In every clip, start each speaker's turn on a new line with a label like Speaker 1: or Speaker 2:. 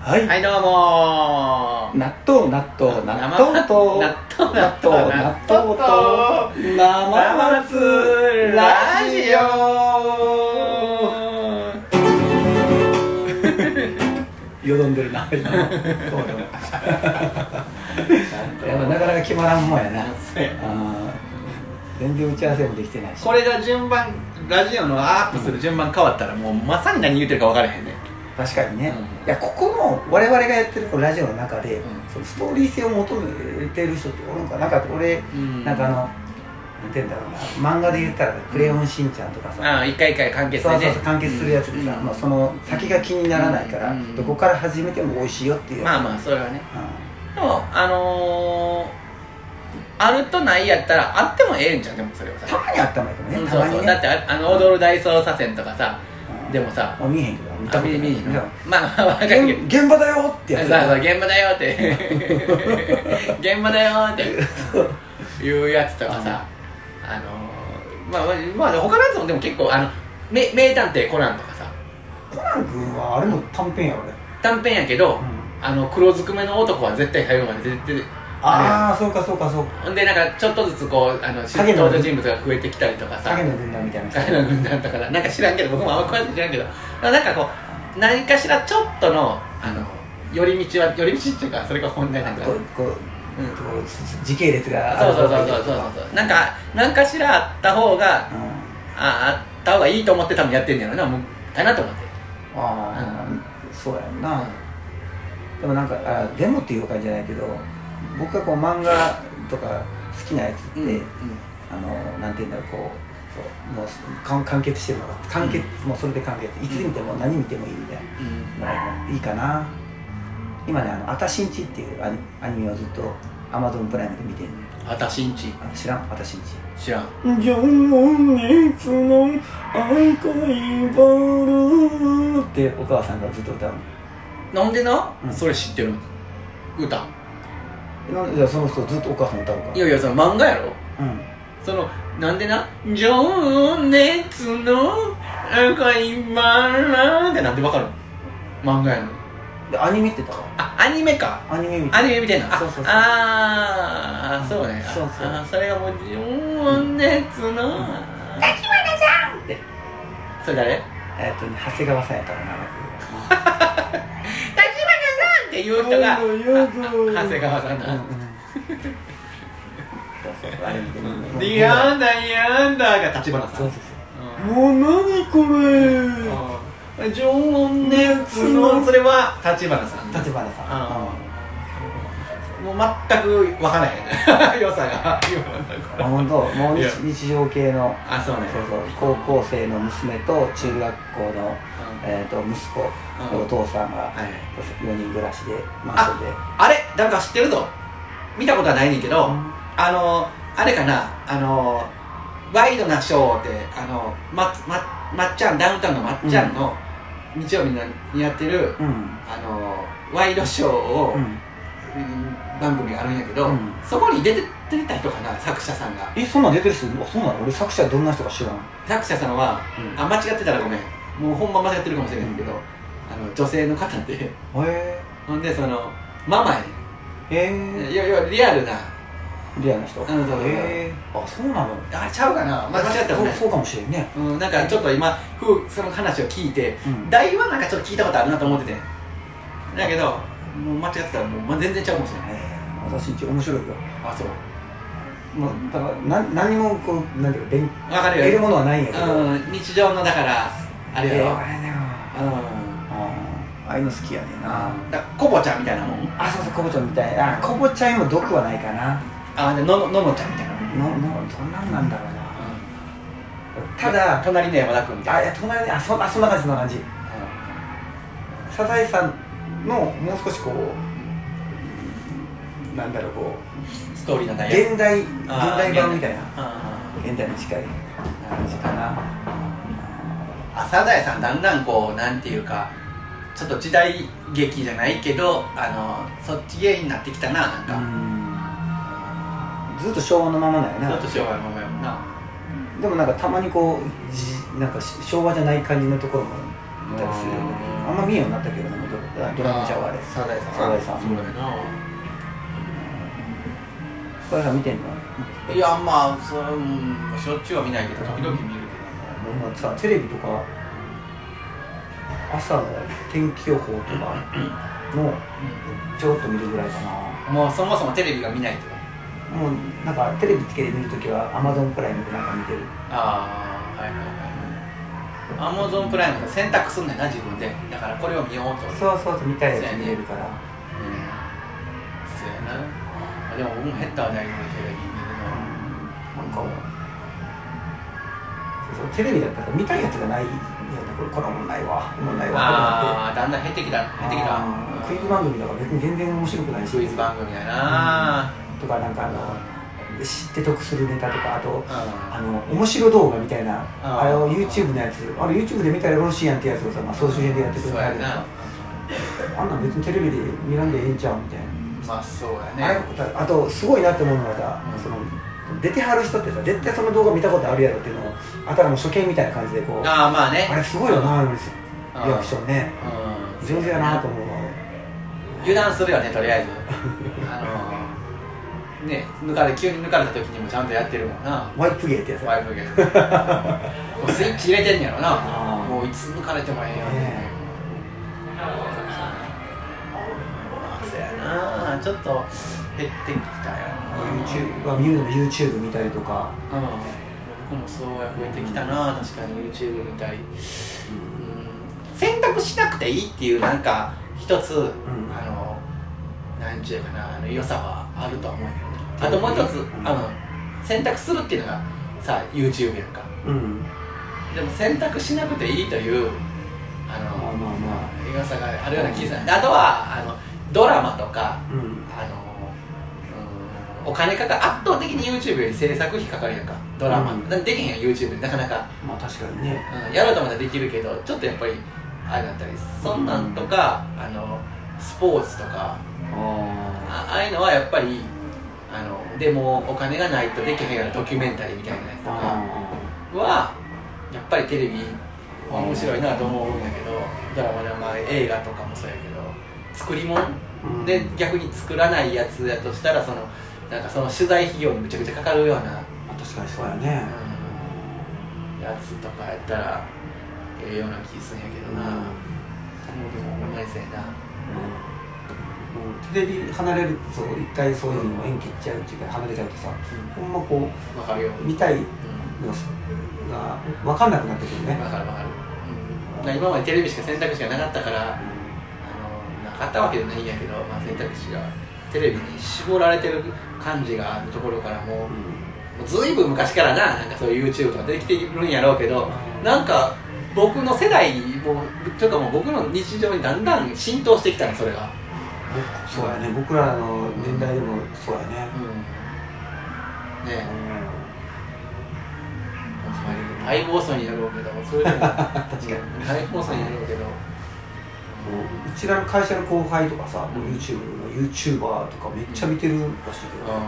Speaker 1: はい、
Speaker 2: はい、どうも
Speaker 1: 納豆納豆
Speaker 2: な
Speaker 1: 納豆と
Speaker 2: 納豆
Speaker 1: 納豆納豆と生松ラジオよどんでるな今そうだなやっぱなかなか決まらんもんやなあー全然打ち合わせもできてないし
Speaker 2: これが順番ラジオのアップする順番変わったらもうまさに何言ってるか分からへんね
Speaker 1: 確かにね、
Speaker 2: うん
Speaker 1: いやここの我々がやってるこのラジオの中で、
Speaker 2: ん
Speaker 1: そのストーリー性を求めてる人っておるんかななんか俺、
Speaker 2: うん
Speaker 1: なんかあのなんて言うんだろうな漫画で言ったら「クレヨンしんちゃん」とかさ、
Speaker 2: ああ一回一回完結
Speaker 1: そう
Speaker 2: で
Speaker 1: そう
Speaker 2: ね
Speaker 1: そう完結するやつでさ、
Speaker 2: うん
Speaker 1: まあ、その先が気にならないから、
Speaker 2: うん
Speaker 1: どこから始めても美味しいよっていうやつ、
Speaker 2: まあ
Speaker 1: あ
Speaker 2: まあそれはねでもあのー、あるとないやったらあってもええんじゃんでもそれは
Speaker 1: た
Speaker 2: さ
Speaker 1: まにあったまいけどね、
Speaker 2: うん
Speaker 1: た
Speaker 2: そ
Speaker 1: ま
Speaker 2: う
Speaker 1: に
Speaker 2: そう
Speaker 1: ね
Speaker 2: だってああの踊る大捜査線とかさ
Speaker 1: うん
Speaker 2: でもさ
Speaker 1: まあ、見えへんけど見
Speaker 2: あ
Speaker 1: たこと
Speaker 2: 見
Speaker 1: ない
Speaker 2: に見に
Speaker 1: じゃ
Speaker 2: まあまあわ
Speaker 1: あ
Speaker 2: かるけど
Speaker 1: 現現場だよってやつ
Speaker 2: そうそう現場だよって 現場だよっていうやつとかさあのーまあまあ、まあ、他のやつもでも結構あの名名探偵コナンとかさ
Speaker 1: コナン君はあれも短編やろね、
Speaker 2: 短編やけど、
Speaker 1: うん
Speaker 2: あの黒ずくめの男は絶対最後まで出てる
Speaker 1: ああそうかそうかそうか
Speaker 2: ほんでなんかちょっとずつこうあの
Speaker 1: 影の
Speaker 2: 登場人物が増えてきたりとかさ
Speaker 1: 影の軍団みたいな人
Speaker 2: 影の軍団とかななんか知らんけど僕もあんま詳しく知らんけどなんかこう何かしらちょっとのあの寄り道は寄り道っていうかそれが本題なんか
Speaker 1: こうこう
Speaker 2: うん
Speaker 1: こう時系列が
Speaker 2: そうそうそうそうそうそうなんか何かしらあった
Speaker 1: う
Speaker 2: 方が
Speaker 1: ん
Speaker 2: ああった方がいいと思って多分やってんだよなもうかなと思って
Speaker 1: ああ、そうやんな、でもなんかあでもっていう感じじゃないけど僕がこう漫画とか好きなやつって、
Speaker 2: うんうん
Speaker 1: あのなんて言うんだろうこうそうもうかん完結してるのが完結、もうそれで完結いつ見ても何見てもいいみたいな、いいかな今ね「あのあたしんち」っていうアニアニメをずっとアマゾンプライムで見てる
Speaker 2: あたしんち
Speaker 1: 知らんあたしんち
Speaker 2: 知らん
Speaker 1: 情熱の愛恋バラってお母さんがずっと歌う
Speaker 2: なんでな、
Speaker 1: うん
Speaker 2: それ知ってる歌
Speaker 1: のなんでじゃあその人ずっとお母さん歌うから
Speaker 2: いやいやその漫画やろ
Speaker 1: うん
Speaker 2: そのなんでな「情熱の赤いバラ」ってなんでわかるの漫画やのに
Speaker 1: でアニメってたか
Speaker 2: あアニメから
Speaker 1: アニメみた
Speaker 2: ア
Speaker 1: いな
Speaker 2: ニメみたいなあ
Speaker 1: そうそうそう
Speaker 2: あーそうね
Speaker 1: そうそう
Speaker 2: あーそれがもう情熱の
Speaker 1: うん
Speaker 2: 橘さんってそれ誰
Speaker 1: えっとね長谷川さんやったかな
Speaker 2: 橘さんっていう人がああ長谷川さんだ、
Speaker 1: あれ見て
Speaker 2: うん、
Speaker 1: る
Speaker 2: でやだやだが橘さ
Speaker 1: そ
Speaker 2: ん
Speaker 1: うそう
Speaker 2: う
Speaker 1: そうもう何これ
Speaker 2: んうん情熱のそれは橘さん
Speaker 1: 立花さん
Speaker 2: あ
Speaker 1: うん
Speaker 2: もう全く分からへん 良さが
Speaker 1: あ本当もう
Speaker 2: いや
Speaker 1: 日日常系の
Speaker 2: あそうね
Speaker 1: そうそう高校生の娘と中学校の、えー、と息子
Speaker 2: うん
Speaker 1: お父さんが
Speaker 2: はい
Speaker 1: 4人暮らしでマンションで
Speaker 2: あれなんか知ってるぞ見たことはないねんけど、
Speaker 1: うん
Speaker 2: あのあれかなあのワイドなショーってあのまままっちゃんダウンタウンのまっちゃんの日曜日にやってる、
Speaker 1: うん
Speaker 2: あのワイドショーを、
Speaker 1: うん
Speaker 2: うん番組があるんやけど、
Speaker 1: うん
Speaker 2: そこに出て出てた人かな作者さんが
Speaker 1: えそんなん出てる人あそうなの俺作者どんな人か知らん、
Speaker 2: 作者さんはあ間違ってたらごめんもうほんま間違ってるかもしれないけど、あの女性の方で
Speaker 1: へ
Speaker 2: ほんでそのママやね
Speaker 1: えへ
Speaker 2: いやいやリアルな
Speaker 1: えリアルな人
Speaker 2: んそうそう
Speaker 1: へえあそうなの
Speaker 2: あちゃうかな間違ったも
Speaker 1: そ
Speaker 2: な
Speaker 1: う
Speaker 2: い
Speaker 1: そうかもしれんね
Speaker 2: うん、なんかちょっと今ふうその話を聞いて
Speaker 1: うん
Speaker 2: 題はなんかちょっと聞いたことあるなと思っててだけどもう間違ってたらもう、まあ、全然ちゃうかもしれない
Speaker 1: えー私んち面白いよ
Speaker 2: あそう
Speaker 1: もうだからな何もこうなんていうか勉
Speaker 2: わか
Speaker 1: 得
Speaker 2: る
Speaker 1: る
Speaker 2: よ、
Speaker 1: ものはないんやけど、
Speaker 2: うん、日常のだからあれや
Speaker 1: え
Speaker 2: ろ、
Speaker 1: ーあれだよ
Speaker 2: うん
Speaker 1: あーああいうの好きやねんな
Speaker 2: だからコボちゃんみたいなもん
Speaker 1: あそうそうコボちゃんみたいなあコボちゃんよりも毒はないかな
Speaker 2: あでののののちゃんみたいなもん、
Speaker 1: ののどんなんなんだろうなた
Speaker 2: あ
Speaker 1: だ
Speaker 2: 隣の山田君みた
Speaker 1: あ
Speaker 2: い
Speaker 1: い
Speaker 2: な
Speaker 1: や隣にあそあそんな感じそんな感じサザエさんのもう少しこうなんだろうこ
Speaker 2: うんストーリーの
Speaker 1: う
Speaker 2: 内容
Speaker 1: 現代現
Speaker 2: あー
Speaker 1: 代版みたいな
Speaker 2: あ
Speaker 1: 現代に近い感じかな
Speaker 2: ーあサザエさんだんだんこうなんていうかちょっと時代劇じゃないけどあのそっち芸になってきたななんか、
Speaker 1: うんずっと昭和のままだよ
Speaker 2: ちょ
Speaker 1: な
Speaker 2: っとしようがないもんな
Speaker 1: でもなんかたまにこうじなんかし昭和じゃない感じのところも見たりするよね
Speaker 2: うん
Speaker 1: あんま見えようになったけどねもともとドラマちゃうあれ
Speaker 2: サザエさん
Speaker 1: サザエさん
Speaker 2: そうだよな
Speaker 1: これさ見てんの
Speaker 2: いやまあそれうんしょっちゅうは見ないけど時々見る
Speaker 1: もうさテレビとか朝の天気予報とかのちょろっと見るぐらいかな
Speaker 2: けどもうそもそもテレビが見ないとか
Speaker 1: もうなんかテレビつけて見るときはアマゾンプライムでなんか見てる
Speaker 2: ああはいはいはいアマゾンプライムが選択すんねんな自分でだからこれを見ようと
Speaker 1: そうそうそう見たいやつ見れるから
Speaker 2: うんそうやなあでも僕も減ったわだいぶテレビ見る
Speaker 1: なんか
Speaker 2: のは
Speaker 1: もうそうそうテレビだったら見たいやつがないよねこれこれおもんないわおもんないわ
Speaker 2: ああだんだん減ってきた減ってきた
Speaker 1: あークイズ番組とか別に全然面白くないし
Speaker 2: クイズ番組やな
Speaker 1: とかなんかあの知って得するネタとかあとあ
Speaker 2: う
Speaker 1: の面白動画みたいな
Speaker 2: あ
Speaker 1: あ
Speaker 2: ー
Speaker 1: れを YouTube のやつあれ YouTube で見たらよろしいやんってやつをさ、まあ、総集編でやって
Speaker 2: ん
Speaker 1: くれ
Speaker 2: そう
Speaker 1: た
Speaker 2: や
Speaker 1: りと
Speaker 2: な
Speaker 1: かあんなん別にテレビで見らんでええんちゃうみたいな、
Speaker 2: まあそう
Speaker 1: あ
Speaker 2: やね
Speaker 1: れあとすごいなって思うのがさ、
Speaker 2: うん
Speaker 1: その出てはる人ってさ絶対その動画見たことあるやろっていうのを頭の初見みたいな感じでこうあ
Speaker 2: ああまあね
Speaker 1: れすごいよなあのリ
Speaker 2: うん
Speaker 1: アクションね
Speaker 2: うん
Speaker 1: 上手やなと思うわ俺
Speaker 2: 油断するよねとりあ えずあのね抜かれ急に抜かれた時にもちゃんとやってるもんな
Speaker 1: ワイプ芸ってやつ
Speaker 2: ワイプゲ ームもうスイッチ入れてんやろな
Speaker 1: あー
Speaker 2: もういつ抜かれてもええよ
Speaker 1: ね
Speaker 2: まあそうやなちょっと減ってきたよな
Speaker 1: YouTube は見るのも YouTube 見たりとか
Speaker 2: うん、僕もそうや増えてきたな、確かに YouTube みたい、うん、選択しなくていいっていうなんか一つ、あのなんちゅうかなあの良さはあるとは思うけどねあともう一つ、
Speaker 1: うん
Speaker 2: あの選択するっていうのがさ YouTube やんか
Speaker 1: うん
Speaker 2: でも選択しなくていいというあ
Speaker 1: まあまあ
Speaker 2: の
Speaker 1: まあ
Speaker 2: 良さがあるような気がする、であとはあのドラマとか
Speaker 1: うん
Speaker 2: あのうんお金かかる圧倒的に YouTube より制作費かかるやんかドラマ、
Speaker 1: うん
Speaker 2: だからできへんやん YouTube なかなか、
Speaker 1: まあ確かにね
Speaker 2: うんやろうと思ったらできるけどちょっとやっぱりあれだったりそんなんとか、あのスポーツとか
Speaker 1: あ
Speaker 2: あああいうのはやっぱりあのでもお金がないとできへんようなドキュメンタリーみたいなや
Speaker 1: ー
Speaker 2: つとか
Speaker 1: あ
Speaker 2: はやっぱりテレビは面白いなと思うんだけどドラマでもまあ映画とかもそうやけど作り物
Speaker 1: ーうん
Speaker 2: で逆に作らないやつやとしたらそのなんかその取材費用にむちゃくちゃかかるような
Speaker 1: まあ確かにそうやね
Speaker 2: やつとかやったらええような気するんやけどな、もうでもお前せえ
Speaker 1: も
Speaker 2: な
Speaker 1: うテレビ離れると一回そういうのを縁切っちゃうっていうか離れちゃうとさほんまこ
Speaker 2: わかるよ、う、
Speaker 1: うん見たい
Speaker 2: わ
Speaker 1: のが分かんなくなってくるね
Speaker 2: かるわかる、うん、だから今までテレビしか選択肢がなかったからあのなかったわけじゃないんやけど、まあ、選択肢がテレビに絞られてる感じがあるところからもうもうずいぶん昔からななんかそういう YouTube とか出てきてるんやろうけどなんか僕の世代もというかもう僕の日常にだんだん浸透してきたのそれが、
Speaker 1: 僕そうやね僕らの年代でもそうやね
Speaker 2: うん、ねえ大放送になろうけどそれでも 確
Speaker 1: かに
Speaker 2: 大放送になろうけど
Speaker 1: もううちらの会社の後輩とかさ、
Speaker 2: うん
Speaker 1: YouTube の YouTuber とかめっちゃ見てるらしいけど、
Speaker 2: あ
Speaker 1: あの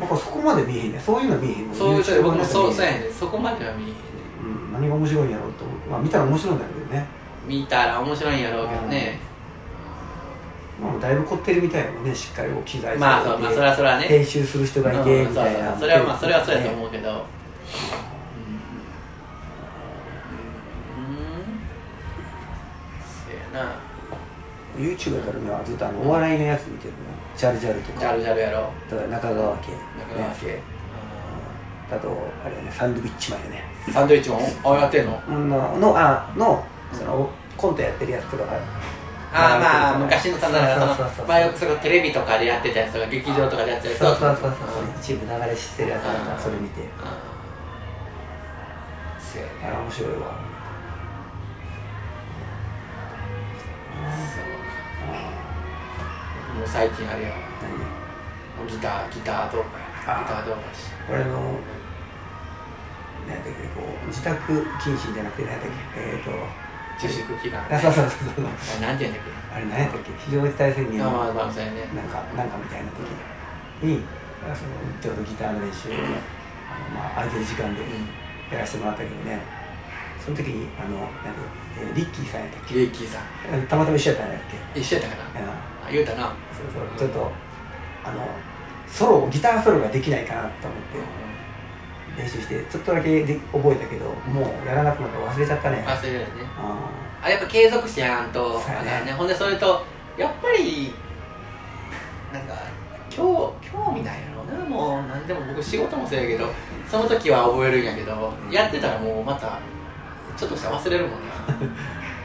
Speaker 1: 僕はそこまで見えへんねそういうの見えへん
Speaker 2: ー
Speaker 1: の
Speaker 2: そういう人
Speaker 1: YouTuber
Speaker 2: 僕もそ
Speaker 1: の
Speaker 2: う
Speaker 1: やつ
Speaker 2: そ
Speaker 1: 見え
Speaker 2: う
Speaker 1: へ
Speaker 2: や
Speaker 1: ん
Speaker 2: ねそこまでは見
Speaker 1: うん、何が面白いんやろうと思って、まあ、見たら面白いんだけどね、
Speaker 2: 見たら面白いんやろうけどね
Speaker 1: まあ、もうだいぶ凝ってるみたいやもんねしっかりこう機材
Speaker 2: まあ
Speaker 1: 使
Speaker 2: そ
Speaker 1: っ
Speaker 2: う
Speaker 1: て
Speaker 2: まあそれはそれはね
Speaker 1: 編集する人がいてみたい
Speaker 2: う
Speaker 1: な
Speaker 2: んそうそうそうそれはまあそれはそうやと思うけど、うんせやな
Speaker 1: YouTube やったらねずっとあのお笑いのやつ見てるねジャルジャルと
Speaker 2: ジャ
Speaker 1: か
Speaker 2: ルジャルやろ
Speaker 1: だから中川家
Speaker 2: 中川家、
Speaker 1: ねあとあれやねサンドウィッチマンやね
Speaker 2: うんサンドイッチもあやってんの
Speaker 1: ののあのそのコントやってるやつとか
Speaker 2: ああまあ昔のただ
Speaker 1: そうそうそうそう
Speaker 2: そのまあよくそのテレビとかでやってたやつとか劇場とかでやってた
Speaker 1: そう
Speaker 2: やつと
Speaker 1: そうそうそう
Speaker 2: うん
Speaker 1: 一部流れしてるやつだから
Speaker 2: うん
Speaker 1: それ見て
Speaker 2: あーそうやね
Speaker 1: あれ面白いわ
Speaker 2: そうかもう最近あれや
Speaker 1: 何
Speaker 2: ギターギター動画や
Speaker 1: あー
Speaker 2: ギター動画し
Speaker 1: 俺の何やったっけこう自宅謹慎じゃなくて何やったっけえっ、ー、と
Speaker 2: 自粛期間
Speaker 1: あそうそうそうそう
Speaker 2: あなんて言うんだっ
Speaker 1: あれ何やったっけ非常事態宣
Speaker 2: け
Speaker 1: 言
Speaker 2: まあ
Speaker 1: の
Speaker 2: まあまあそうやね
Speaker 1: なんかなんかみたいな時にあそのちょうどギターの練習を、あのまあ、空いてる時間で
Speaker 2: うん
Speaker 1: やらせてもらったけどねその時にあのなんだろうリッキーさんやったっ
Speaker 2: リッキーさん
Speaker 1: けたまたま一緒やったんやっけ
Speaker 2: 一緒やったかな
Speaker 1: うん
Speaker 2: あ言うたな
Speaker 1: そうそうちょっとあのソロギターソロができないかなと思って練習してちょっとだけで覚えたけどもうやらなくなった忘れちゃったね
Speaker 2: 忘れないね
Speaker 1: あ
Speaker 2: あれやっぱ継続しやんと
Speaker 1: そうや
Speaker 2: あ
Speaker 1: ね
Speaker 2: かんねほんでそれとやっぱりなんか興興味ないやろうなもう何でも僕仕事もそうやけどその時は覚えるんやけどやってたらもうまたちょっとしたら忘れるもんね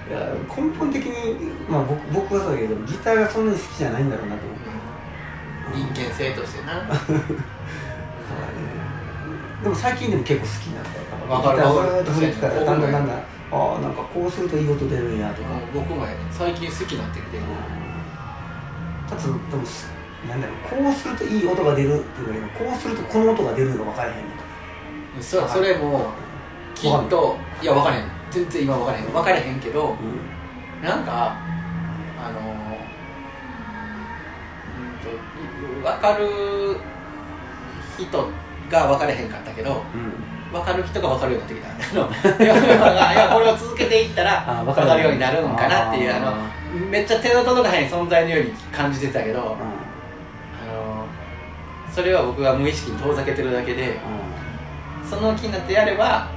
Speaker 1: ーいや根本的に、まあ、僕僕はそうだけどギターがそんなに好きじゃないんだろうなと思って
Speaker 2: うん人間性としてな
Speaker 1: そうだねでも最近でも結構好きになったよ
Speaker 2: わかる
Speaker 1: ギター
Speaker 2: わか
Speaker 1: ずー
Speaker 2: る
Speaker 1: っと振ってたら
Speaker 2: そう
Speaker 1: だ
Speaker 2: や
Speaker 1: んだ
Speaker 2: ね
Speaker 1: んだんだんああなんかこうするといい音出るんやとか、
Speaker 2: うん僕もやね最近好きになってきて
Speaker 1: かつでもすなんだろうこうするといい音が出るっていうだけどこうするとこの音が出るのが分からへんねんと
Speaker 2: そそれもきっといや分からへん全然今分からへん分からへんけどなんかあのーうんと分かる人が分からへんかったけど
Speaker 1: うん、うん
Speaker 2: 分かる人が分かるようになってきた あのいやいやこれを続けていったら
Speaker 1: あ
Speaker 2: 分かるようになるんかなっていうあの
Speaker 1: の
Speaker 2: めっちゃ手の届かへん存在のように感じてたけど、あのーそれは僕は無意識に遠ざけてるだけでその気になってやれば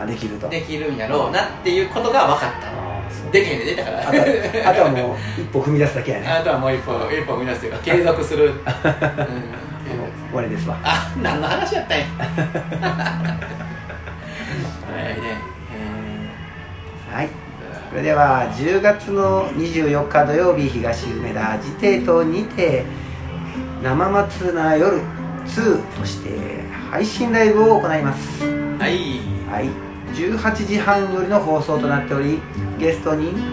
Speaker 1: あできると
Speaker 2: できるんやろうなっていうことが分かったの
Speaker 1: あそう
Speaker 2: できへんで出たか
Speaker 1: あ
Speaker 2: ら
Speaker 1: とあとはもう一歩踏み出すだけやね
Speaker 2: あとはもう一歩一歩生み出すと いうか継続する、うん、
Speaker 1: あの終わりですわ
Speaker 2: あ何の話やった んやはいねえ
Speaker 1: はいそれでは10月の24日土曜日東梅田アジテートにて生松な夜2として配信ライブを行います
Speaker 2: ーはい
Speaker 1: はい18時半よりの放送となっておりゲストに